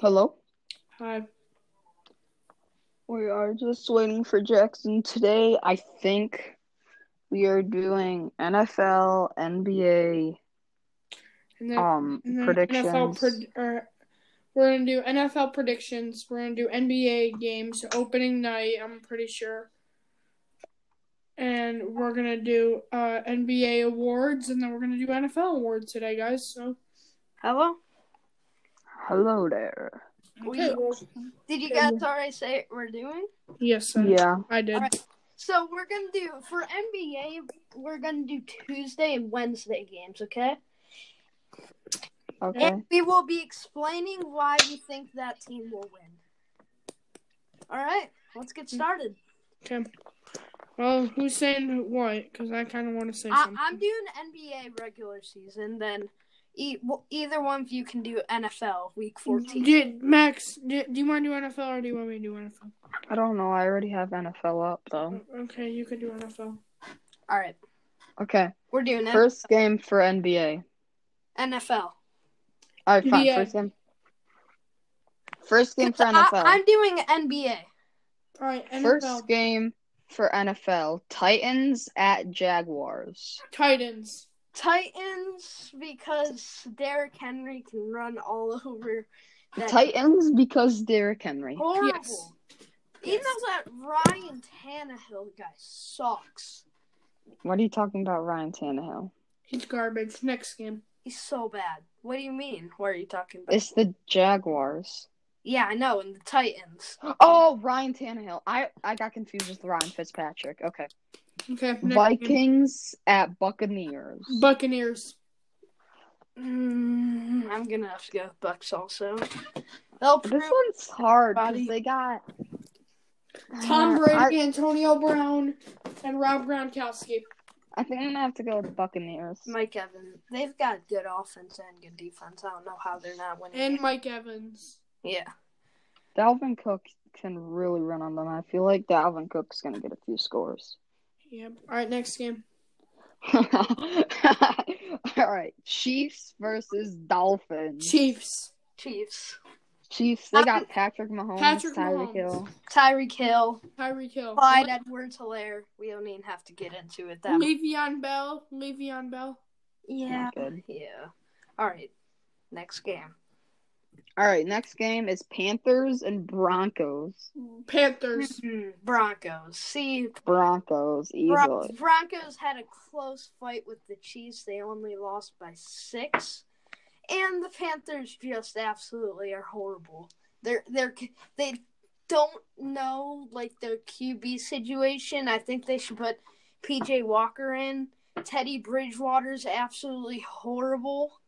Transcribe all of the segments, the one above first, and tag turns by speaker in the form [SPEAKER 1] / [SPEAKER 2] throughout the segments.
[SPEAKER 1] Hello?
[SPEAKER 2] Hi.
[SPEAKER 1] We are just waiting for Jackson. Today, I think we are doing NFL, NBA,
[SPEAKER 2] And then, mm-hmm.
[SPEAKER 1] um,
[SPEAKER 2] and then NFL
[SPEAKER 1] predictions.
[SPEAKER 2] pred- or, we're gonna do NFL predictions. We're gonna do NBA games opening night. I'm pretty sure. And we're gonna do uh, NBA awards, and then we're gonna do NFL awards today, guys. So
[SPEAKER 3] Hello?
[SPEAKER 1] Hello there.
[SPEAKER 3] Oh,
[SPEAKER 2] okay, well,
[SPEAKER 3] Did you
[SPEAKER 2] Yeah.
[SPEAKER 3] guys already say what we're doing?
[SPEAKER 2] yes, I,
[SPEAKER 1] Yeah.
[SPEAKER 2] I did.
[SPEAKER 3] Alright. So we're gonna do for NBA, we're gonna do Tuesday and Wednesday games, okay?
[SPEAKER 1] Okay.
[SPEAKER 3] And we will be explaining why we think that team will win. Alright, let's get started.
[SPEAKER 2] Okay. Well, who's saying what? Because I kind of want to say
[SPEAKER 3] I,
[SPEAKER 2] something.
[SPEAKER 3] I'm doing NBA regular season, then e- well, either one of you can do NFL week 14.
[SPEAKER 2] Do- Max, do, do you want to do NFL or do you want me to do NFL?
[SPEAKER 1] I don't know. I already have NFL up, though.
[SPEAKER 2] Oh, Okay, you can do NFL.
[SPEAKER 3] Alright,
[SPEAKER 1] Okay.
[SPEAKER 3] we're doing it.
[SPEAKER 1] Mm-hmm. First game for NBA.
[SPEAKER 3] NFL.
[SPEAKER 1] All right, fine.
[SPEAKER 2] NBA.
[SPEAKER 1] First game. First game for
[SPEAKER 3] I,
[SPEAKER 1] NFL.
[SPEAKER 3] I'm doing NBA.
[SPEAKER 2] All right, NFL.
[SPEAKER 1] First game for NFL Titans at Jaguars.
[SPEAKER 2] Titans.
[SPEAKER 3] Titans because Derrick Henry can run all over that
[SPEAKER 1] Titans because Derrick Henry.
[SPEAKER 3] horrible.
[SPEAKER 2] Yes.
[SPEAKER 3] Even though that Ryan Tannehill guy sucks.
[SPEAKER 1] What are you talking about, Ryan Tannehill?
[SPEAKER 2] He's garbage. Next game.
[SPEAKER 3] He's so bad. What do you mean? What are you talking about?
[SPEAKER 1] It's the Jaguars.
[SPEAKER 3] yeah, I know, and the Titans.
[SPEAKER 1] Oh, Ryan Tannehill. I I got confused with Ryan Fitzpatrick. Okay.
[SPEAKER 2] Okay. Next game.
[SPEAKER 1] Vikings at Buccaneers.
[SPEAKER 2] Buccaneers.
[SPEAKER 3] Mm, I'm gonna have to go with Bucks also. They'll prove
[SPEAKER 1] This one's hard because
[SPEAKER 3] Buddy.
[SPEAKER 1] they got
[SPEAKER 2] Tom
[SPEAKER 1] Uh, I-
[SPEAKER 2] Brady, Antonio Brown, and Rob Gronkowski.
[SPEAKER 1] I, think I'm gonna have to go with Buccaneers.
[SPEAKER 3] Mike Evans. They've got good offense and good defense. I don't know how they're not winning.
[SPEAKER 2] And Mike Evans.
[SPEAKER 3] yeah.
[SPEAKER 1] Dalvin Cook can really run on them. I feel like Dalvin Cook's gonna get a few scores.
[SPEAKER 2] Yep. All right, next game.
[SPEAKER 1] All right, Chiefs versus Dolphins.
[SPEAKER 2] Chiefs.
[SPEAKER 3] Chiefs.
[SPEAKER 1] Chiefs, they got Patrick Mahomes,
[SPEAKER 2] Patrick
[SPEAKER 1] Tyreek
[SPEAKER 2] Mahomes.
[SPEAKER 1] Hill.
[SPEAKER 3] Tyreek Hill.
[SPEAKER 2] Tyreek Hill.
[SPEAKER 3] Clyde Edwards Hilaire. We don't even have to get into it that much.
[SPEAKER 2] Le'Veon Bell. Le'Veon Bell.
[SPEAKER 3] Yeah.
[SPEAKER 1] Not good.
[SPEAKER 3] Yeah. All right. Next game.
[SPEAKER 1] All right, next game is Panthers and Broncos.
[SPEAKER 2] Panthers.
[SPEAKER 3] Broncos. See,
[SPEAKER 1] Broncos
[SPEAKER 3] Bron-
[SPEAKER 1] easily.
[SPEAKER 3] Broncos had a close fight with the Chiefs. They only lost by six. And the Panthers just absolutely are horrible. They're they're they don't know like their QB situation. I think they should put PJ Walker in. Teddy Bridgewater's absolutely horrible.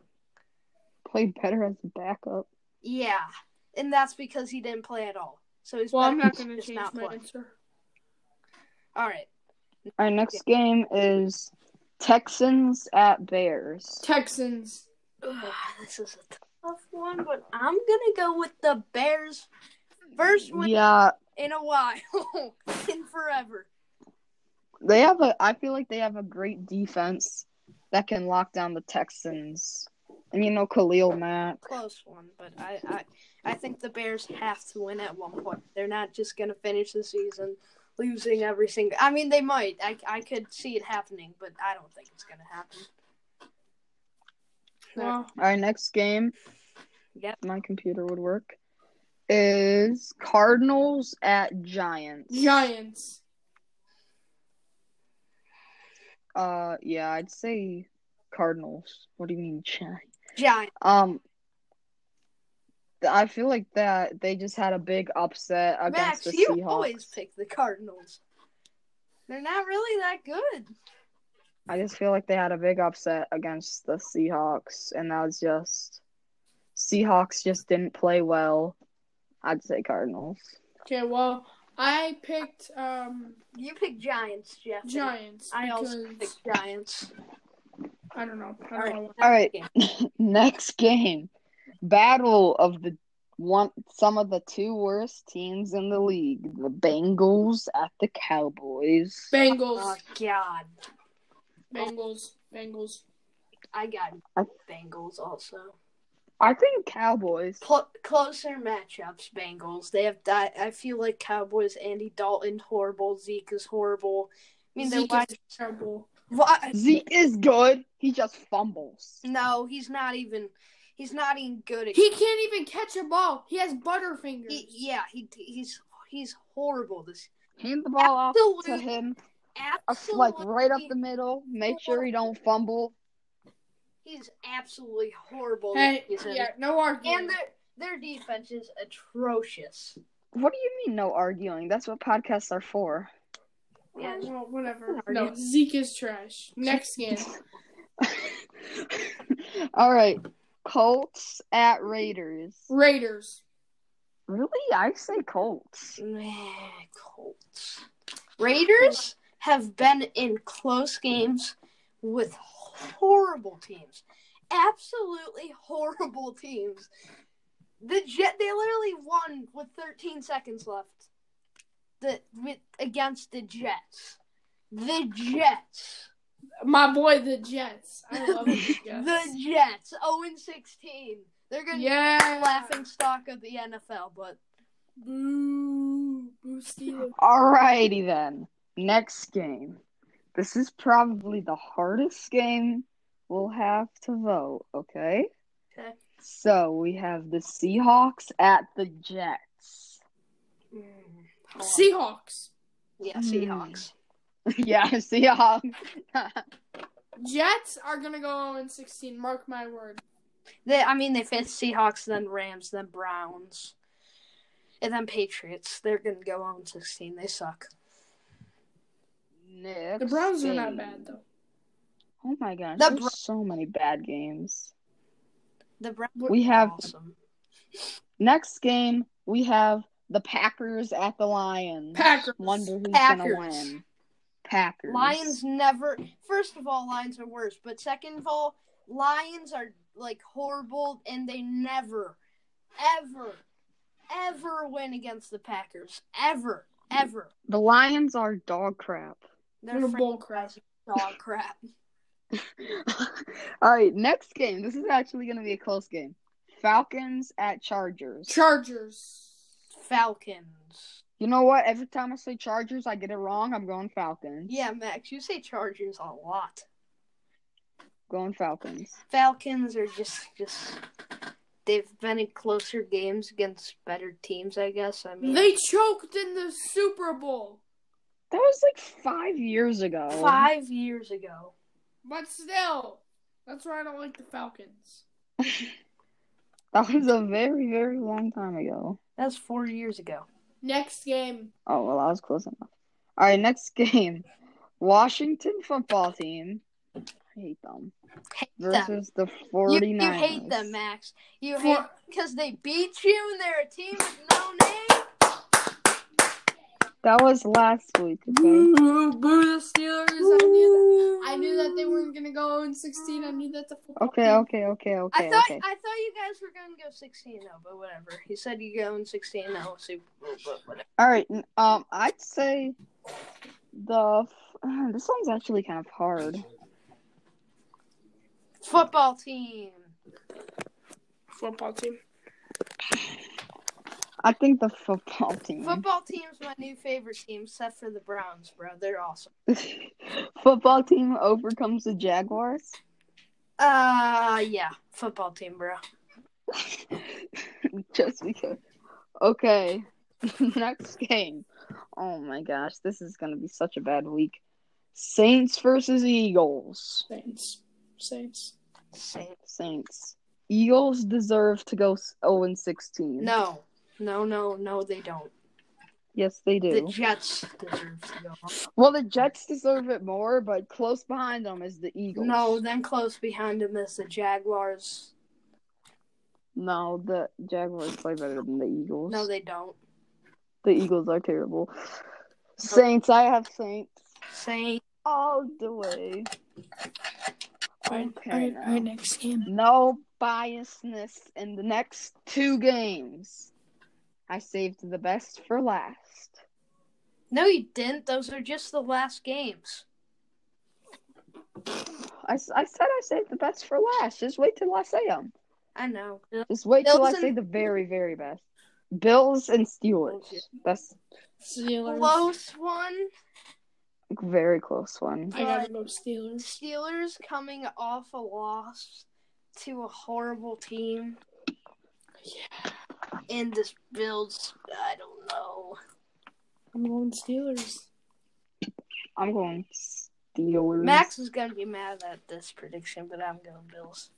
[SPEAKER 1] Play better as a backup.
[SPEAKER 3] Yeah, and that's because he didn't play at all. So he's
[SPEAKER 2] Well, I'm
[SPEAKER 3] better
[SPEAKER 2] not
[SPEAKER 3] to
[SPEAKER 2] going to
[SPEAKER 3] just
[SPEAKER 2] change
[SPEAKER 3] not
[SPEAKER 2] my
[SPEAKER 3] play.
[SPEAKER 2] answer.
[SPEAKER 3] All right,
[SPEAKER 1] Our next game is Texans at Bears.
[SPEAKER 2] Texans.
[SPEAKER 3] Ugh, this is a tough one, but I'm gonna go with the Bears. First win
[SPEAKER 1] Yeah,
[SPEAKER 3] in a while, in forever.
[SPEAKER 1] they have a. I feel like they have a great defense that can lock down the Texans. And you know Khalil Mack.
[SPEAKER 3] Close one, but I, I, I think the Bears have to win at one point. They're not just gonna finish the season losing every single. I mean, they might. I, I could see it happening, but I don't think it's gonna happen.
[SPEAKER 2] Wow.
[SPEAKER 1] Our next game,
[SPEAKER 3] Yep.
[SPEAKER 1] my computer would work, is Cardinals at Giants.
[SPEAKER 2] Giants.
[SPEAKER 1] Uh, yeah, I'd say Cardinals. What do you mean Giants?
[SPEAKER 3] Giant.
[SPEAKER 1] Um, th- I feel like that they just had a big upset
[SPEAKER 3] Max,
[SPEAKER 1] against the
[SPEAKER 3] you
[SPEAKER 1] Seahawks.
[SPEAKER 3] always pick the Cardinals. They're not really that good.
[SPEAKER 1] I just feel like they had a big upset against the Seahawks, and that was just Seahawks just didn't play well. I'd say Cardinals.
[SPEAKER 2] Okay, well, I picked um,
[SPEAKER 3] You pick Giants, Jeff.
[SPEAKER 2] Giants.
[SPEAKER 3] I also pick
[SPEAKER 2] because-
[SPEAKER 3] Giants.
[SPEAKER 2] I don't know. I
[SPEAKER 3] All
[SPEAKER 2] don't know.
[SPEAKER 3] right. next
[SPEAKER 1] All right.
[SPEAKER 3] game.
[SPEAKER 1] Next game, battle of the one some of the two worst teams in the league: the Bengals at the Cowboys.
[SPEAKER 2] Bengals.
[SPEAKER 3] Oh God,
[SPEAKER 2] Bengals. Bengals.
[SPEAKER 3] I got
[SPEAKER 1] I-
[SPEAKER 3] Bengals also.
[SPEAKER 1] I think Cowboys.
[SPEAKER 3] Cl- closer matchups, Bengals. They have di- I feel like Cowboys. Andy Dalton horrible. Zeke is horrible. I mean,
[SPEAKER 4] Zeke
[SPEAKER 3] they're
[SPEAKER 4] is terrible.
[SPEAKER 3] wide-
[SPEAKER 1] Zeke is good. He just fumbles.
[SPEAKER 3] No, he's not even. He's not even good at.
[SPEAKER 4] He can't even catch a ball. He has butterfingers.
[SPEAKER 3] He- yeah, he he's he's horrible. This
[SPEAKER 1] Hand the ball off to
[SPEAKER 3] Absolute-
[SPEAKER 1] him,
[SPEAKER 3] absolutely
[SPEAKER 1] like right up the middle. Make sure he don't fumble.
[SPEAKER 3] He's absolutely horrible.
[SPEAKER 4] Hey,
[SPEAKER 3] this season.
[SPEAKER 4] yeah, no argument.
[SPEAKER 3] and their their defense is atrocious.
[SPEAKER 1] What do you mean no arguing? That's what podcasts are for.
[SPEAKER 4] Well,
[SPEAKER 3] Yeah.
[SPEAKER 4] well, whatever.
[SPEAKER 3] No
[SPEAKER 4] No,
[SPEAKER 3] argument.
[SPEAKER 4] Zeke is trash. Next game.
[SPEAKER 1] All right, Colts at Raiders.
[SPEAKER 4] Raiders.
[SPEAKER 1] Really, I say Colts.
[SPEAKER 3] Meh, Colts. Raiders have been in close games with horrible teams. Absolutely horrible teams. The Jet they literally won with 13 seconds left. The with against the Jets. The Jets.
[SPEAKER 4] My boy, the Jets. I love the Jets.
[SPEAKER 3] The Jets. 0 and 16. They're gonna be
[SPEAKER 4] yeah.
[SPEAKER 3] the laughing stock of the NFL, but
[SPEAKER 4] Boo. Boo Steelers.
[SPEAKER 1] Alrighty then. Next game. This is probably the hardest game we'll have to vote, okay?
[SPEAKER 3] Okay.
[SPEAKER 1] So we have the Seahawks at the Jets.
[SPEAKER 3] mm,
[SPEAKER 4] Seahawks.
[SPEAKER 3] yeah,
[SPEAKER 1] Hmm.
[SPEAKER 3] Seahawks.
[SPEAKER 1] yeah, Seahawks.
[SPEAKER 4] Jets are gonna go 0 16. Mark my word.
[SPEAKER 3] They, I mean, they face Seahawks, then Rams, then Browns, and then Patriots. They're gonna go on sixteen. They suck.
[SPEAKER 1] Next
[SPEAKER 4] The Browns are not
[SPEAKER 1] game.
[SPEAKER 4] bad though.
[SPEAKER 1] Oh my gosh,
[SPEAKER 3] The
[SPEAKER 1] there's
[SPEAKER 3] Bro-
[SPEAKER 1] so many bad games.
[SPEAKER 3] The Browns.
[SPEAKER 1] We have
[SPEAKER 3] awesome.
[SPEAKER 1] next game. We have the Packers at the Lions.
[SPEAKER 4] Packers.
[SPEAKER 1] Wonder who's
[SPEAKER 3] Packers.
[SPEAKER 1] gonna win. Packers.
[SPEAKER 3] Lions never. First of all, Lions are worse. But second of all, Lions are like horrible, and they never, ever, ever win against the Packers. Ever, ever.
[SPEAKER 1] The Lions are dog crap.
[SPEAKER 3] They're
[SPEAKER 4] They're bull crap.
[SPEAKER 3] dog crap.
[SPEAKER 1] All right, next game. This is actually going to be a close game. Falcons at Chargers.
[SPEAKER 4] Chargers.
[SPEAKER 3] Falcons.
[SPEAKER 1] you know what? Every time I say Chargers, I get it wrong. I'm going Falcons.
[SPEAKER 3] Yeah, Max, you say Chargers a lot.
[SPEAKER 1] Going Falcons.
[SPEAKER 3] Falcons are just just they've been in closer games against better teams, I guess. I mean,
[SPEAKER 4] They choked in the Super Bowl,
[SPEAKER 1] That was like five years ago.
[SPEAKER 3] five years ago.
[SPEAKER 4] but still, that's why I don't like the Falcons.
[SPEAKER 1] That was a very, very long time ago.
[SPEAKER 3] That's four years ago.
[SPEAKER 4] Next game.
[SPEAKER 1] Oh, well, I was close enough. All right, next game. Washington football team. I hate them.
[SPEAKER 3] Hate them.
[SPEAKER 1] Versus the
[SPEAKER 3] You,
[SPEAKER 1] 49ers.
[SPEAKER 3] you hate them, Max. You hate
[SPEAKER 4] For-
[SPEAKER 3] because they beat you and they're a team with no name.
[SPEAKER 1] That was last week,
[SPEAKER 3] Mm.
[SPEAKER 1] okay?
[SPEAKER 4] Boo, boo the Steelers. I knew that. I knew that they weren't gonna go 0 16. I knew that the football
[SPEAKER 1] Okay,
[SPEAKER 4] team-
[SPEAKER 1] okay, okay, okay,
[SPEAKER 3] I thought
[SPEAKER 1] okay.
[SPEAKER 3] I thought you guys were gonna go sixteen zero, but whatever. You said you go in sixteen oh, zero Super Bowl, but whatever.
[SPEAKER 1] All right. n- Um, I'd say the f- this one's actually kind of hard.
[SPEAKER 3] Football team.
[SPEAKER 4] Football team.
[SPEAKER 1] I think the football team.
[SPEAKER 3] Football team's my new favorite team, except for the Browns, bro. They're awesome.
[SPEAKER 1] football team overcomes the Jaguars.
[SPEAKER 3] Uh, yeah, football team, bro.
[SPEAKER 1] Just because. Okay. Next game. Oh my gosh, this is gonna be such a bad week. Saints versus Eagles.
[SPEAKER 4] Saints. Saints.
[SPEAKER 1] Saints. Eagles deserve to go s- 0 and 16.
[SPEAKER 3] No, no, no, no, they don't.
[SPEAKER 1] Yes, they do.
[SPEAKER 3] The Jets deserve to go. up.
[SPEAKER 1] Well, the Jets deserve it more, but close behind them is the Eagles.
[SPEAKER 3] No, then close behind them is the Jaguars.
[SPEAKER 1] no, the Jaguars play better than the Eagles.
[SPEAKER 3] No, they don't.
[SPEAKER 1] the Eagles are terrible. Saints, I have Saints
[SPEAKER 3] Saint.
[SPEAKER 1] all the way. Okay, now.
[SPEAKER 4] next game.
[SPEAKER 1] No biasness in the next two games. I saved the best for last.
[SPEAKER 3] No, you didn't. Those are just the last games.
[SPEAKER 1] I, s- I said I saved the best for last. Just wait till I say them.
[SPEAKER 3] I know.
[SPEAKER 1] Just wait till I
[SPEAKER 3] Bills and-
[SPEAKER 1] say the very, very best. Bills and Steelers.
[SPEAKER 3] Okay.
[SPEAKER 1] That's
[SPEAKER 4] Steelers.
[SPEAKER 3] Close one.
[SPEAKER 1] a very close one.
[SPEAKER 4] I gotta go Steelers.
[SPEAKER 3] Steelers coming off a loss to a horrible team.
[SPEAKER 4] Yeah,
[SPEAKER 3] And this Bills, I don't know.
[SPEAKER 4] I'm going Steelers.
[SPEAKER 1] I'm going Steelers.
[SPEAKER 3] Max is gonna be mad at this prediction, but I'm going Bills.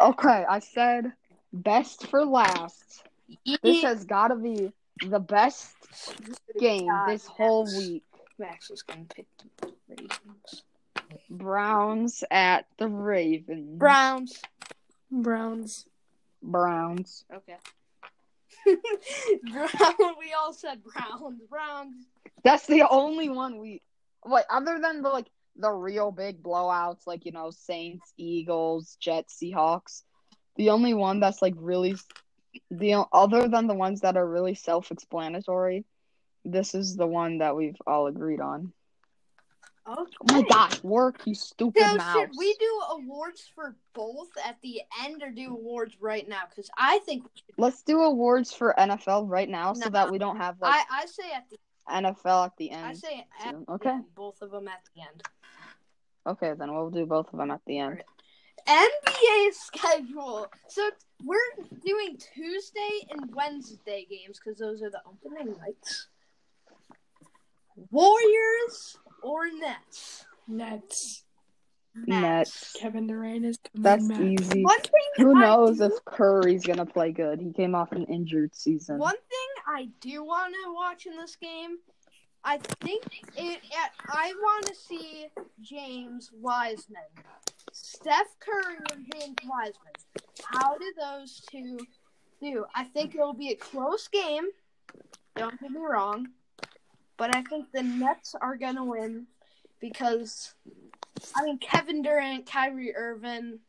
[SPEAKER 1] Okay, I said best for last. This
[SPEAKER 3] Yeah.
[SPEAKER 1] has got to be the best game this whole week.
[SPEAKER 3] Max is gonna pick the Ravens.
[SPEAKER 1] Browns at the Ravens.
[SPEAKER 3] Browns.
[SPEAKER 4] Browns.
[SPEAKER 1] Browns.
[SPEAKER 3] Okay. Brown. We all said Browns. Browns.
[SPEAKER 1] That's the only one we like other than the like the real big blowouts like you know Saints, Eagles, Jets, Seahawks. The only one that's like really the o- other than the ones that are really self-explanatory, this is the one that we've all agreed on.
[SPEAKER 3] Okay.
[SPEAKER 1] Oh my gosh, work you stupid
[SPEAKER 3] So
[SPEAKER 1] mouse.
[SPEAKER 3] should we do awards for both at the end, or do awards right now? Because I think we should.
[SPEAKER 1] Let's do awards for NFL right now so
[SPEAKER 3] No.
[SPEAKER 1] that we don't have like
[SPEAKER 3] I I say at the
[SPEAKER 1] NFL at the end.
[SPEAKER 3] I say at
[SPEAKER 1] soon. Okay.
[SPEAKER 3] both of them at the end.
[SPEAKER 1] Okay, then we'll do both of them at the end.
[SPEAKER 3] NBA schedule. So we're doing Tuesday and Wednesday games because those are the opening nights. Warriors or Nets?
[SPEAKER 4] Nets.
[SPEAKER 1] Nets.
[SPEAKER 4] Kevin Durant is coming
[SPEAKER 1] That's
[SPEAKER 4] back.
[SPEAKER 1] easy.
[SPEAKER 3] One thing
[SPEAKER 1] Who
[SPEAKER 3] I
[SPEAKER 1] knows
[SPEAKER 3] do-
[SPEAKER 1] if Curry's gonna play good? He came off an injured season.
[SPEAKER 3] One thing I do want to watch in this game, I think it. at- I want to see James Wiseman, Steph Curry, and James Wiseman. How do those two do? I think it'll be a close game. Don't get me wrong, but I think the Nets are gonna win because, I mean, Kevin Durant, Kyrie Irving,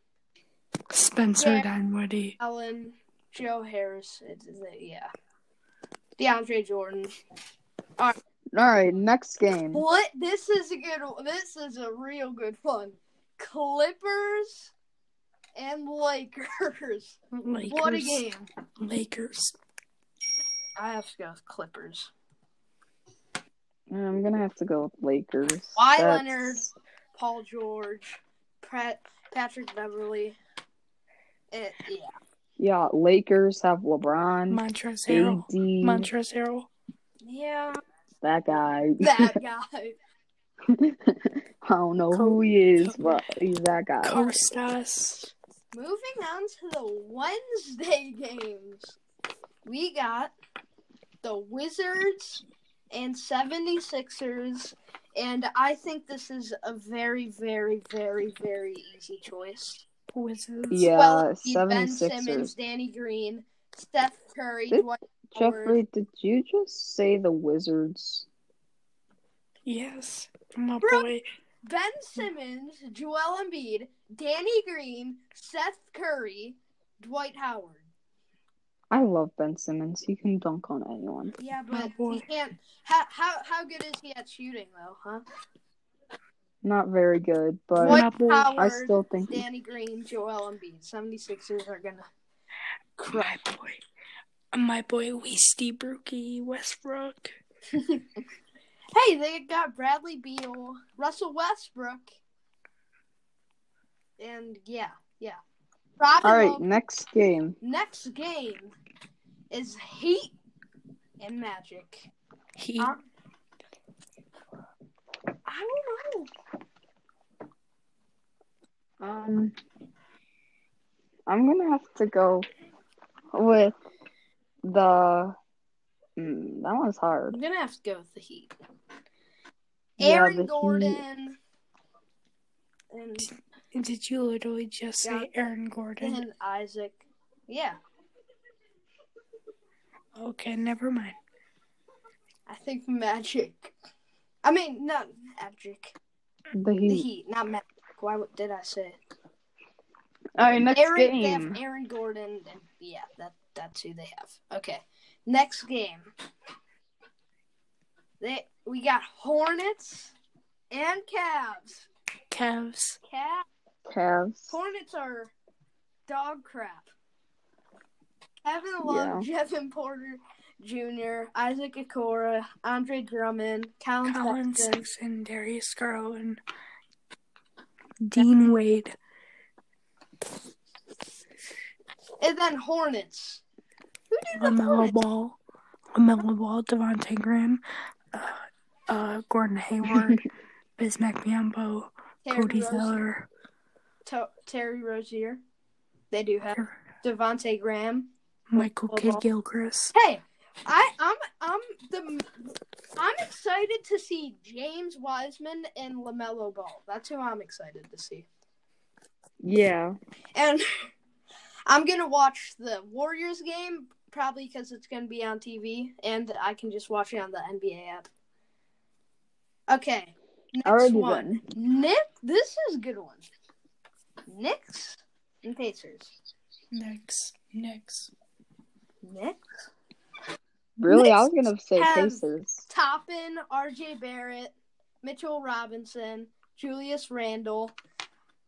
[SPEAKER 4] Spencer
[SPEAKER 3] Yeah.
[SPEAKER 4] Dinwiddie.
[SPEAKER 3] Allen, Joe Harris. It's, yeah. DeAndre Jordan.
[SPEAKER 1] All right, next game.
[SPEAKER 3] What? This is a good. one. This is a real good one. Clippers and Lakers.
[SPEAKER 4] Lakers.
[SPEAKER 3] What a game!
[SPEAKER 4] Lakers.
[SPEAKER 3] I have to go with Clippers.
[SPEAKER 1] I'm gonna have to go with Lakers.
[SPEAKER 3] Why,
[SPEAKER 1] That's-
[SPEAKER 3] Leonard? Paul George, Pratt, Patrick Beverly. It, yeah.
[SPEAKER 1] Yeah, Lakers have LeBron,
[SPEAKER 4] Montrezl Harrell.
[SPEAKER 1] AD,
[SPEAKER 4] Montrezl Harrell.
[SPEAKER 3] Yeah.
[SPEAKER 1] that guy.
[SPEAKER 3] That guy.
[SPEAKER 1] I don't know who he is, but he's that guy.
[SPEAKER 4] Kostas.
[SPEAKER 3] Moving on to the Wednesday games. We got the Wizards and 76ers, and I think this is a very, very, very, very easy choice.
[SPEAKER 4] Wizards.
[SPEAKER 1] Yeah,
[SPEAKER 3] well, Ben
[SPEAKER 1] 76ers.
[SPEAKER 3] Simmons, Danny Green, Steph Curry,
[SPEAKER 1] This-
[SPEAKER 3] Dwight
[SPEAKER 1] Jeffrey, did you just say the Wizards?
[SPEAKER 4] Yes. My
[SPEAKER 3] Bro-
[SPEAKER 4] boy.
[SPEAKER 3] Ben Simmons, Joel Embiid, Danny Green, Seth Curry, Dwight Howard.
[SPEAKER 1] I love Ben Simmons. He can dunk on anyone.
[SPEAKER 3] Yeah,
[SPEAKER 4] Oh,
[SPEAKER 3] but
[SPEAKER 4] boy.
[SPEAKER 3] he can't. How, how how good is he at shooting though, huh?
[SPEAKER 1] Not very good, but
[SPEAKER 4] What?
[SPEAKER 3] Dwight
[SPEAKER 4] Apple.
[SPEAKER 3] Howard,
[SPEAKER 1] I still think he-
[SPEAKER 3] Danny Green, Joel Embiid. 76ers are gonna.
[SPEAKER 4] My boy. My boy Weasty Brookie Westbrook.
[SPEAKER 3] Hey, they got Bradley Beal, Russell Westbrook, and yeah, yeah. Robin
[SPEAKER 1] All right,
[SPEAKER 3] Lopez.
[SPEAKER 1] next game.
[SPEAKER 3] Next game is Heat and Magic.
[SPEAKER 4] He
[SPEAKER 3] Uh, I don't know.
[SPEAKER 1] Um, I'm gonna have to go with the. Mm, that one's hard.
[SPEAKER 3] I'm gonna have to go with the Heat.
[SPEAKER 1] Yeah,
[SPEAKER 3] Aaron
[SPEAKER 1] the Heat.
[SPEAKER 3] Gordon. And
[SPEAKER 4] did you literally just
[SPEAKER 3] Yeah.
[SPEAKER 4] say Aaron Gordon?
[SPEAKER 3] then Isaac. Yeah,
[SPEAKER 4] Okay, never mind.
[SPEAKER 3] I think Magic. I mean, not Magic.
[SPEAKER 1] The
[SPEAKER 3] The
[SPEAKER 1] Heat.
[SPEAKER 3] Heat, not Magic. Why would- did I say it?
[SPEAKER 1] All right, next
[SPEAKER 3] Aaron, They
[SPEAKER 1] game.
[SPEAKER 3] have Aaron Gordon. And yeah, that that's who they have. Okay, next game. They we got Hornets and Cavs.
[SPEAKER 4] Cavs.
[SPEAKER 3] Cavs.
[SPEAKER 1] Cavs.
[SPEAKER 3] Hornets are dog crap. Kevin Love, Jevin Porter Jr., Isaac Okora, Andre Drummond, Colin,
[SPEAKER 2] Colin
[SPEAKER 3] Sexton,
[SPEAKER 2] Sexton, Darius Garland, Dean Wade.
[SPEAKER 3] and then Hornets.
[SPEAKER 2] LaMelo Ball, LaMelo Ball, Devontae Graham, uh, uh, Gordon Hayward, Bismack Biombo,
[SPEAKER 3] Terry,
[SPEAKER 2] Cody
[SPEAKER 3] Rozier-
[SPEAKER 2] Zeller,
[SPEAKER 3] To- Terry Rozier. They do have
[SPEAKER 2] Er-
[SPEAKER 3] Devonte Graham.
[SPEAKER 2] Michael Kidd
[SPEAKER 3] Ball.
[SPEAKER 2] Gilchrist.
[SPEAKER 3] Hey, I I'm I'm the I'm excited to see James Wiseman and Lamelo Ball. That's who I'm excited to see.
[SPEAKER 1] Yeah.
[SPEAKER 3] And I'm gonna watch the Warriors game probably because it's gonna be on TV, and I can just watch it on the NBA app. Okay, next
[SPEAKER 1] Alrighty
[SPEAKER 3] one. Nick, this is a good one. Knicks and Pacers.
[SPEAKER 4] Next. Next.
[SPEAKER 3] Knicks.
[SPEAKER 1] Really, I was gonna say
[SPEAKER 3] have-
[SPEAKER 1] Pacers.
[SPEAKER 3] Toppin, RJ Barrett, Mitchell Robinson, Julius Randle.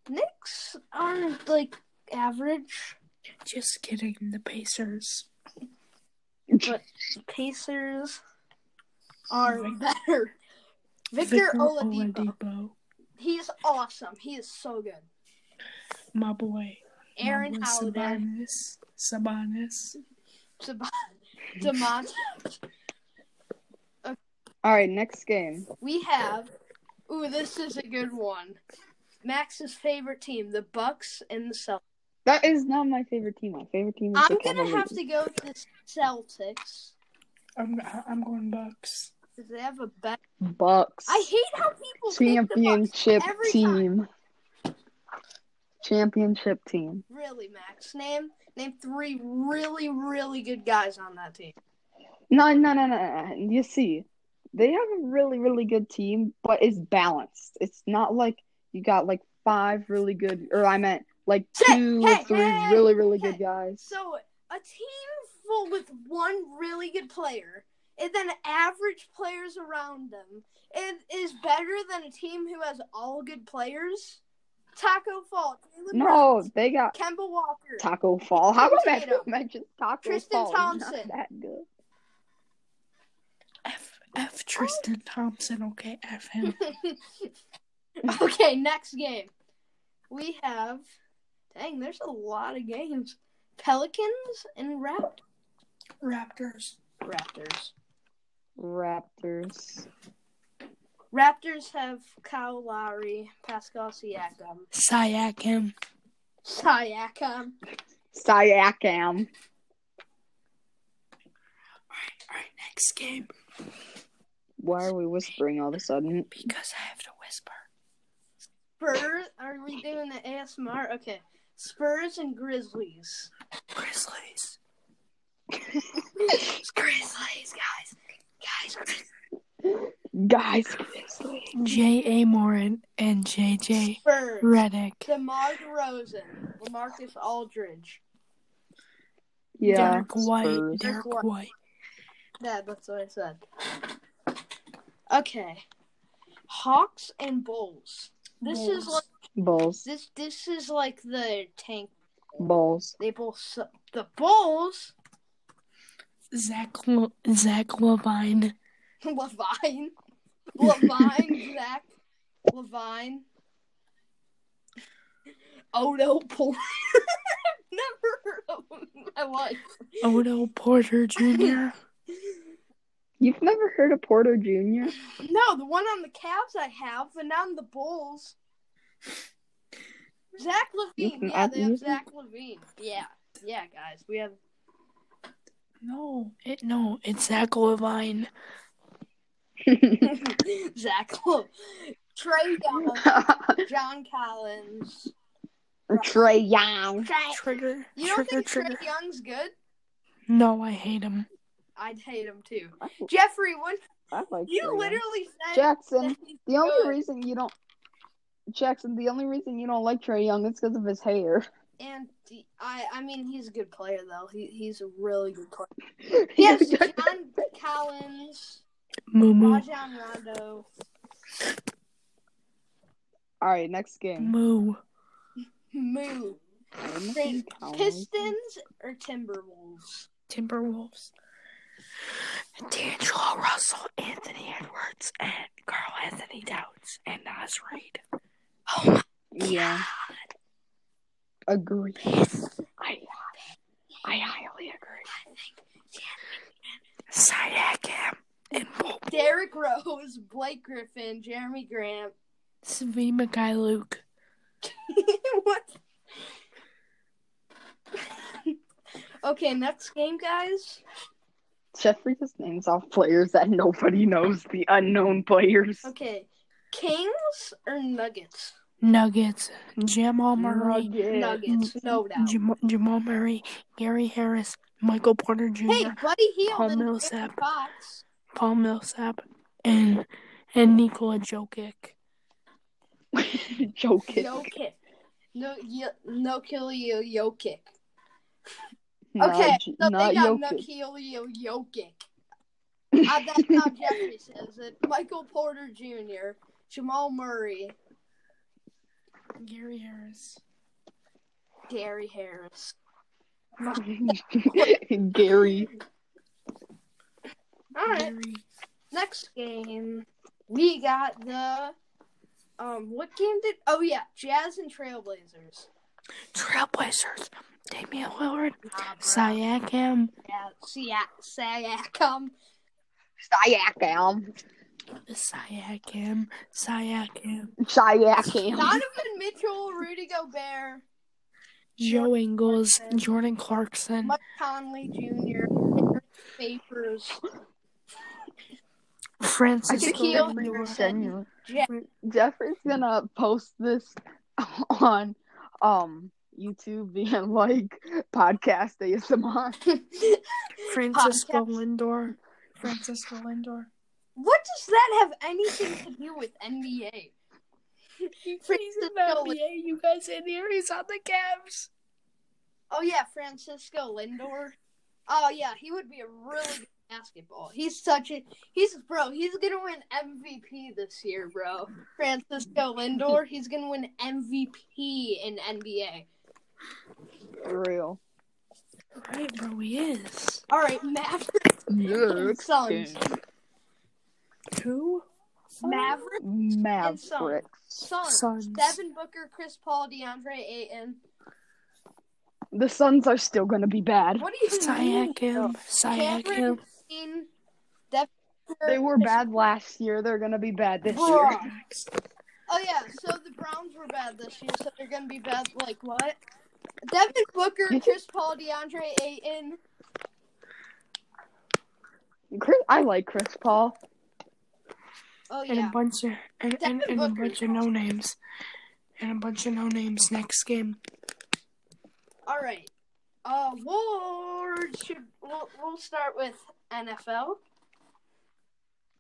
[SPEAKER 3] Knicks are like average.
[SPEAKER 2] Just kidding, the Pacers.
[SPEAKER 3] Pacers are
[SPEAKER 2] Vic-
[SPEAKER 3] better. Victor, Oladipo.
[SPEAKER 2] Oladipo,
[SPEAKER 3] He's awesome. He is so good.
[SPEAKER 2] my boy. my
[SPEAKER 3] Aaron
[SPEAKER 2] boy
[SPEAKER 3] Holiday.
[SPEAKER 2] Sabonis, Sabonis.
[SPEAKER 3] Sab- Demont.
[SPEAKER 1] All right, next game.
[SPEAKER 3] We have. Ooh, this is a good one. Max's favorite team, the Bucks and the Celtics.
[SPEAKER 1] That is not my favorite team. My favorite team is
[SPEAKER 3] I'm
[SPEAKER 1] the
[SPEAKER 3] gonna
[SPEAKER 1] Cavaliers.
[SPEAKER 3] have to go with the Celtics.
[SPEAKER 2] I'm I'm going Bucks.
[SPEAKER 3] 'cause They have a bet.
[SPEAKER 1] Bucks.
[SPEAKER 3] I hate how people pick the Bucks.
[SPEAKER 1] championship
[SPEAKER 3] every
[SPEAKER 1] team. Championship team.
[SPEAKER 3] Really, Max? Name name three really really good guys on that team.
[SPEAKER 1] No, no, no, no, no. You see, they have a really, really good team, but it's balanced. It's not like you got like five really good, or I meant like
[SPEAKER 3] Hey,
[SPEAKER 1] two
[SPEAKER 3] hey,
[SPEAKER 1] or three
[SPEAKER 3] hey,
[SPEAKER 1] really, really
[SPEAKER 3] hey.
[SPEAKER 1] good guys.
[SPEAKER 3] So a team full with one really good player and then average players around them and is better than a team who has all good players. Taco Fall, Jalen
[SPEAKER 1] No,
[SPEAKER 3] Brunson,
[SPEAKER 1] they got
[SPEAKER 3] Kemba Walker,
[SPEAKER 1] Taco Fall. How come
[SPEAKER 3] Tatum.
[SPEAKER 1] everyone mentions Taco
[SPEAKER 3] Tristan
[SPEAKER 1] Fall? He's not
[SPEAKER 3] Thompson.
[SPEAKER 1] that good.
[SPEAKER 2] F F Tristan Thompson. Okay, F him.
[SPEAKER 3] okay, next game. We have. Dang, there's a lot of games. Pelicans and Rapt-
[SPEAKER 2] Raptors.
[SPEAKER 3] Raptors.
[SPEAKER 1] Raptors.
[SPEAKER 3] Raptors have Kyle Lowry, Pascal Siakam,
[SPEAKER 2] Sayak him.
[SPEAKER 3] Siakam.
[SPEAKER 1] Siakam.
[SPEAKER 2] Alright, alright, next game.
[SPEAKER 1] Why are we whispering all of a sudden?
[SPEAKER 2] Because I have to whisper.
[SPEAKER 3] Spurs. Are we doing the ASMR? Okay. Spurs and Grizzlies.
[SPEAKER 2] Grizzlies.
[SPEAKER 3] Grizzlies, guys. Guys, Grizzlies.
[SPEAKER 1] Guys, seriously.
[SPEAKER 2] J.A. Morin and J.J.
[SPEAKER 3] Spurs.
[SPEAKER 2] Reddick.
[SPEAKER 3] DeMar DeRozan, LaMarcus Aldridge.
[SPEAKER 1] Yeah.
[SPEAKER 2] Derek White.
[SPEAKER 1] Spurs.
[SPEAKER 2] Derek
[SPEAKER 3] Derek
[SPEAKER 2] White.
[SPEAKER 3] Yeah, that's what I said. Okay. Hawks and Bulls. This is
[SPEAKER 2] Bulls.
[SPEAKER 3] like
[SPEAKER 1] Bulls.
[SPEAKER 3] this this is like the tank.
[SPEAKER 1] Bulls.
[SPEAKER 3] They both suck. The Bulls,
[SPEAKER 2] Zach Le- Zach Levine.
[SPEAKER 3] Levine, Levine, Zach, Levine, Odo Porter. I've Never heard of him in my life.
[SPEAKER 2] Odo Oh, Porter Jr.
[SPEAKER 1] You've never heard of Porter Jr.?
[SPEAKER 3] No, the one on the Cavs I have, but not on the Bulls. Zach
[SPEAKER 1] can
[SPEAKER 2] Mm-hmm.
[SPEAKER 3] Levine. Yeah,
[SPEAKER 1] add-
[SPEAKER 3] they
[SPEAKER 1] you
[SPEAKER 3] have
[SPEAKER 1] can-
[SPEAKER 3] Zach Levine. Yeah. Yeah, guys. We have
[SPEAKER 2] no, it no, it's Zach Levine.
[SPEAKER 3] Zach Levine. Trey Young. John Collins.
[SPEAKER 1] Trey Young.
[SPEAKER 3] Trey.
[SPEAKER 2] Trigger.
[SPEAKER 3] You don't
[SPEAKER 2] trigger.
[SPEAKER 3] think Trey
[SPEAKER 2] Trigger.
[SPEAKER 3] Young's good?
[SPEAKER 2] No, I hate him.
[SPEAKER 3] I'd hate him too.
[SPEAKER 1] I,
[SPEAKER 3] Jeffrey, when
[SPEAKER 1] I like Trey
[SPEAKER 3] you
[SPEAKER 1] Young.
[SPEAKER 3] literally said
[SPEAKER 1] Jackson.
[SPEAKER 3] that he's
[SPEAKER 1] The only
[SPEAKER 3] good,
[SPEAKER 1] reason you don't Jackson, the only reason you don't like Trey Young is because of his hair.
[SPEAKER 3] and the- I, I mean, he's a good player though. He, he's a really good player. Yes,
[SPEAKER 1] Yes.
[SPEAKER 3] John Collins,
[SPEAKER 2] Moo moo.
[SPEAKER 3] Rajon Rondo,
[SPEAKER 1] All right, next game.
[SPEAKER 2] Moo.
[SPEAKER 3] Moo,
[SPEAKER 1] Hamilton
[SPEAKER 3] Think
[SPEAKER 1] County.
[SPEAKER 3] Pistons or Timberwolves?
[SPEAKER 2] Timberwolves. D'Angelo Russell, Anthony Edwards, and Carl Anthony Downs, and Nas Reed. Oh my
[SPEAKER 1] Yeah, agree.
[SPEAKER 2] I, I highly agree. Sidak him and Pope.
[SPEAKER 3] Derrick Rose, Blake Griffin, Jeremy Grant.
[SPEAKER 2] Svi Mikhail Luke.
[SPEAKER 3] what? okay, next game, guys.
[SPEAKER 1] Jeffrey just names off players that nobody knows, the unknown players.
[SPEAKER 3] Okay, Kings or Nuggets?
[SPEAKER 2] Nuggets.
[SPEAKER 1] Oh
[SPEAKER 2] Jamal Murray.
[SPEAKER 1] Nuggets.
[SPEAKER 3] Nuggets, no doubt.
[SPEAKER 2] Uh, Jam- Jamal Murray. Gary Harris. Michael Porter Jr.
[SPEAKER 3] Hey, Buddy Hield
[SPEAKER 2] Paul
[SPEAKER 3] and
[SPEAKER 2] Millsap.
[SPEAKER 3] De'Aaron Fox.
[SPEAKER 2] Paul Millsap. And and Nikola Jokic.
[SPEAKER 1] Joking.
[SPEAKER 3] No kick. No, yo- no kill you, yo kick.
[SPEAKER 1] Not
[SPEAKER 3] Okay,
[SPEAKER 1] J-
[SPEAKER 3] so
[SPEAKER 1] not
[SPEAKER 3] they got no
[SPEAKER 1] Jokic.
[SPEAKER 3] kill you, yo kick. Uh, that's how Jeffrey says it. Michael Porter Jr., Jamal Murray,
[SPEAKER 2] Gary Harris.
[SPEAKER 3] Gary Harris.
[SPEAKER 1] Gary.
[SPEAKER 3] All right,
[SPEAKER 2] Gary.
[SPEAKER 3] next game we got the um. What game did? Oh yeah, Jazz and Trailblazers.
[SPEAKER 2] Trailblazers. Damian Lillard.
[SPEAKER 3] Nah, bro.
[SPEAKER 2] Siakam.
[SPEAKER 3] Ah, Yeah, see, I- say, I come.
[SPEAKER 1] Siakam.
[SPEAKER 2] Siakam. Siakam.
[SPEAKER 1] Siakam.
[SPEAKER 3] Donovan Mitchell, Rudy Gobert,
[SPEAKER 2] Joe Ingles. Jordan Clarkson.
[SPEAKER 3] Mike Conley Jr., Papers,
[SPEAKER 2] Francis
[SPEAKER 3] think
[SPEAKER 1] Jeffrey
[SPEAKER 3] he
[SPEAKER 2] Lillard.
[SPEAKER 3] only
[SPEAKER 1] was
[SPEAKER 3] said-
[SPEAKER 1] genuine.
[SPEAKER 3] Jeff.
[SPEAKER 1] Jeffrey's gonna post this on um YouTube being like podcast ASMR.
[SPEAKER 2] Francisco
[SPEAKER 3] Podcast.
[SPEAKER 2] Lindor. Francisco Lindor.
[SPEAKER 3] What does that have anything to do with NBA?
[SPEAKER 2] He's
[SPEAKER 3] Francisco in the Lindor.
[SPEAKER 2] You guys in here? He's on the Cavs.
[SPEAKER 3] Oh yeah, Francisco Lindor. Oh yeah, he would be a really good basketball. He's such a he's bro. He's gonna win MVP this year, bro. Francisco Lindor. He's gonna win MVP in NBA.
[SPEAKER 1] Real.
[SPEAKER 2] Right, bro. He is.
[SPEAKER 3] All right, Mavericks.
[SPEAKER 1] Good.
[SPEAKER 3] Suns.
[SPEAKER 2] Who?
[SPEAKER 3] Mavericks.
[SPEAKER 1] Mavericks.
[SPEAKER 3] Suns.
[SPEAKER 2] Suns.
[SPEAKER 3] Devin Booker, Chris Paul, DeAndre Ayton.
[SPEAKER 1] The Suns are still gonna be bad.
[SPEAKER 3] What do you mean?
[SPEAKER 2] Siakam. Siakam.
[SPEAKER 3] Cameron, Dean, Devin Booker,
[SPEAKER 1] They were
[SPEAKER 3] Chris
[SPEAKER 1] bad last year. They're gonna be bad this
[SPEAKER 3] Bruh.
[SPEAKER 1] year.
[SPEAKER 3] Oh yeah, so the Browns were bad this year, so they're gonna be bad. Like what? Devin Booker, Chris Paul, DeAndre Ayton.
[SPEAKER 1] Chris, I like Chris Paul.
[SPEAKER 3] Oh
[SPEAKER 2] And a
[SPEAKER 3] yeah,
[SPEAKER 2] bunch of and, and, and a
[SPEAKER 3] Devin Booker.
[SPEAKER 2] bunch of no names. And a bunch of no names next game.
[SPEAKER 3] all right. Uh, awards should we'll, we'll start with NFL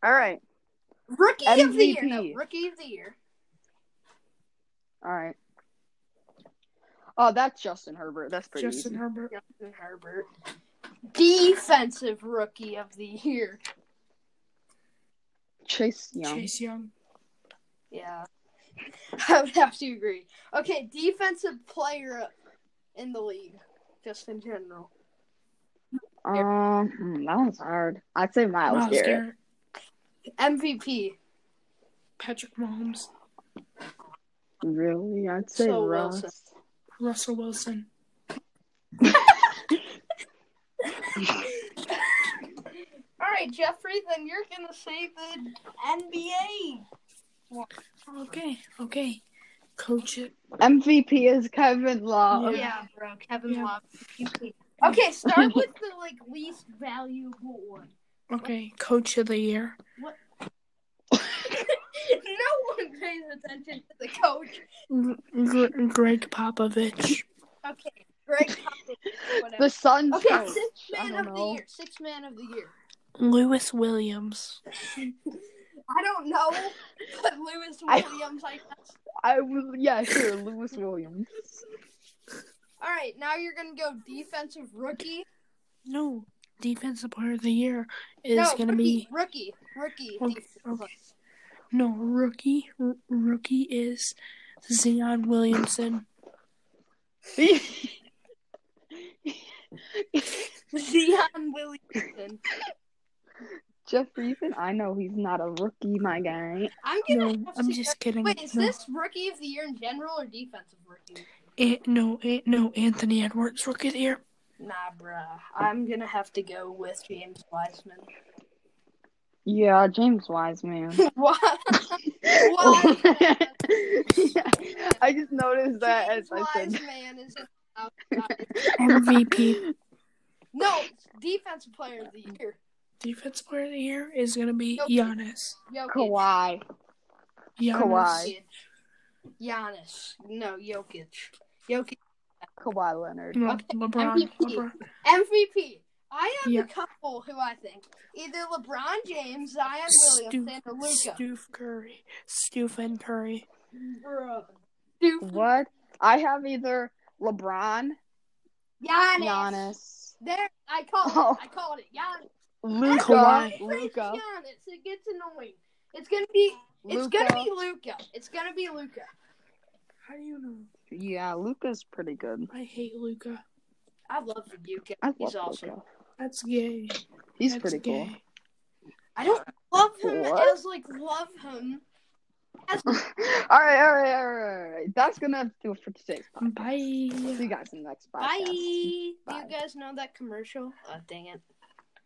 [SPEAKER 1] All right.
[SPEAKER 3] rookie of the year. No,
[SPEAKER 1] MVP.
[SPEAKER 3] rookie of the year.
[SPEAKER 1] All right. Oh, that's Justin Herbert. That's pretty
[SPEAKER 2] Justin
[SPEAKER 1] easy.
[SPEAKER 2] Herbert.
[SPEAKER 3] Justin Herbert. Defensive rookie of the year.
[SPEAKER 1] Chase Young.
[SPEAKER 2] Chase Young.
[SPEAKER 3] Yeah, I would have to agree. Okay, defensive player in the league, just in general.
[SPEAKER 1] Um, hmm, that one's hard. I'd say Miles,
[SPEAKER 2] Miles
[SPEAKER 1] Garrett.
[SPEAKER 2] Garrett.
[SPEAKER 3] MVP.
[SPEAKER 2] Patrick Mahomes.
[SPEAKER 1] Really? I'd say
[SPEAKER 3] So
[SPEAKER 1] Russ.
[SPEAKER 2] Russell Wilson.
[SPEAKER 3] All right, Jeffrey, then you're going to say the NBA.
[SPEAKER 2] Okay. Okay. Coach it.
[SPEAKER 1] MVP is Kevin Love.
[SPEAKER 2] Yeah.
[SPEAKER 3] Oh, bro, Kevin
[SPEAKER 2] Yeah.
[SPEAKER 3] Love. Okay, start with the like least valuable one.
[SPEAKER 2] Okay. Coach of the year.
[SPEAKER 3] no one pays attention to the coach.
[SPEAKER 2] Gr- Gr- Greg Popovich.
[SPEAKER 3] Okay, Greg Popovich,
[SPEAKER 1] The
[SPEAKER 3] whatever.
[SPEAKER 1] Suns
[SPEAKER 3] Okay,
[SPEAKER 1] coach.
[SPEAKER 3] sixth
[SPEAKER 1] I
[SPEAKER 3] man
[SPEAKER 1] don't
[SPEAKER 3] of the
[SPEAKER 1] know.
[SPEAKER 3] year. Sixth man of the year.
[SPEAKER 2] Lewis Williams.
[SPEAKER 3] I don't know, but Lewis
[SPEAKER 1] I-
[SPEAKER 3] Williams, I guess.
[SPEAKER 1] I was yeah, sure, Lewis Williams.
[SPEAKER 3] All right, now you're going to go defensive rookie.
[SPEAKER 2] No, defensive player of the year is
[SPEAKER 3] no,
[SPEAKER 2] gonna
[SPEAKER 3] rookie,
[SPEAKER 2] be
[SPEAKER 3] rookie, rookie.
[SPEAKER 2] Okay,
[SPEAKER 3] defensive
[SPEAKER 2] okay.
[SPEAKER 3] player.
[SPEAKER 2] no rookie. R- rookie is Zion Williamson.
[SPEAKER 3] Zion Williamson.
[SPEAKER 1] Jeffrey Ethan, I know he's not a rookie, my guy.
[SPEAKER 3] I'm gonna.
[SPEAKER 2] No,
[SPEAKER 3] have
[SPEAKER 2] I'm
[SPEAKER 3] to-
[SPEAKER 2] just kidding.
[SPEAKER 3] Wait, is
[SPEAKER 2] no.
[SPEAKER 3] this rookie of the year in general or defensive rookie? of the year?
[SPEAKER 2] An- no, An- no, Anthony Edwards rookie of the year.
[SPEAKER 3] Nah, bruh. I'm gonna have to go with James Wiseman.
[SPEAKER 1] Yeah, James Wiseman.
[SPEAKER 3] Why? Why?
[SPEAKER 1] I just noticed that as
[SPEAKER 3] James
[SPEAKER 1] I said.
[SPEAKER 3] Wiseman is outside.
[SPEAKER 2] MVP.
[SPEAKER 3] No, it's defensive player of the year.
[SPEAKER 2] Defense player of the year is gonna be
[SPEAKER 3] Nope.
[SPEAKER 2] Giannis.
[SPEAKER 3] Jokic.
[SPEAKER 1] Kawhi.
[SPEAKER 2] Giannis.
[SPEAKER 1] Kawhi.
[SPEAKER 3] Giannis. No, Jokic. Jokic.
[SPEAKER 1] Kawhi Leonard.
[SPEAKER 2] No,
[SPEAKER 3] Okay,
[SPEAKER 2] LeBron.
[SPEAKER 3] MVP.
[SPEAKER 2] LeBron.
[SPEAKER 3] MVP. I have
[SPEAKER 2] Yeah.
[SPEAKER 3] a couple who I think. Either LeBron James, Zion
[SPEAKER 2] Stu-
[SPEAKER 3] Williamson, or Luca.
[SPEAKER 2] Stoof Curry. Stephen Curry.
[SPEAKER 3] Bruh. Dude,
[SPEAKER 1] What? I have either LeBron,
[SPEAKER 3] Giannis.
[SPEAKER 1] Giannis,
[SPEAKER 3] There, I called
[SPEAKER 1] Oh.
[SPEAKER 3] it. I called it. Giannis.
[SPEAKER 1] Luca,
[SPEAKER 2] Kawhi.
[SPEAKER 3] It's
[SPEAKER 1] Luca,
[SPEAKER 3] Giannis. It gets annoying. It's gonna be. It's gonna
[SPEAKER 1] Luca.
[SPEAKER 3] be Luca. It's gonna be Luca.
[SPEAKER 2] How do you know?
[SPEAKER 1] Yeah, Luca's pretty good.
[SPEAKER 2] I hate Luca.
[SPEAKER 3] I love Luca.
[SPEAKER 1] I love
[SPEAKER 3] He's awesome.
[SPEAKER 1] Luka.
[SPEAKER 2] That's gay.
[SPEAKER 1] He's
[SPEAKER 2] That's
[SPEAKER 1] pretty
[SPEAKER 2] gay.
[SPEAKER 1] cool.
[SPEAKER 3] I don't love him
[SPEAKER 1] What?
[SPEAKER 3] as like love him.
[SPEAKER 1] all right, all right, all right, all right, all right. That's gonna do it for today's podcast.
[SPEAKER 2] Bye.
[SPEAKER 1] See you guys in the next podcast.
[SPEAKER 3] Bye. Do
[SPEAKER 1] Bye.
[SPEAKER 3] you guys know that commercial? Oh dang it.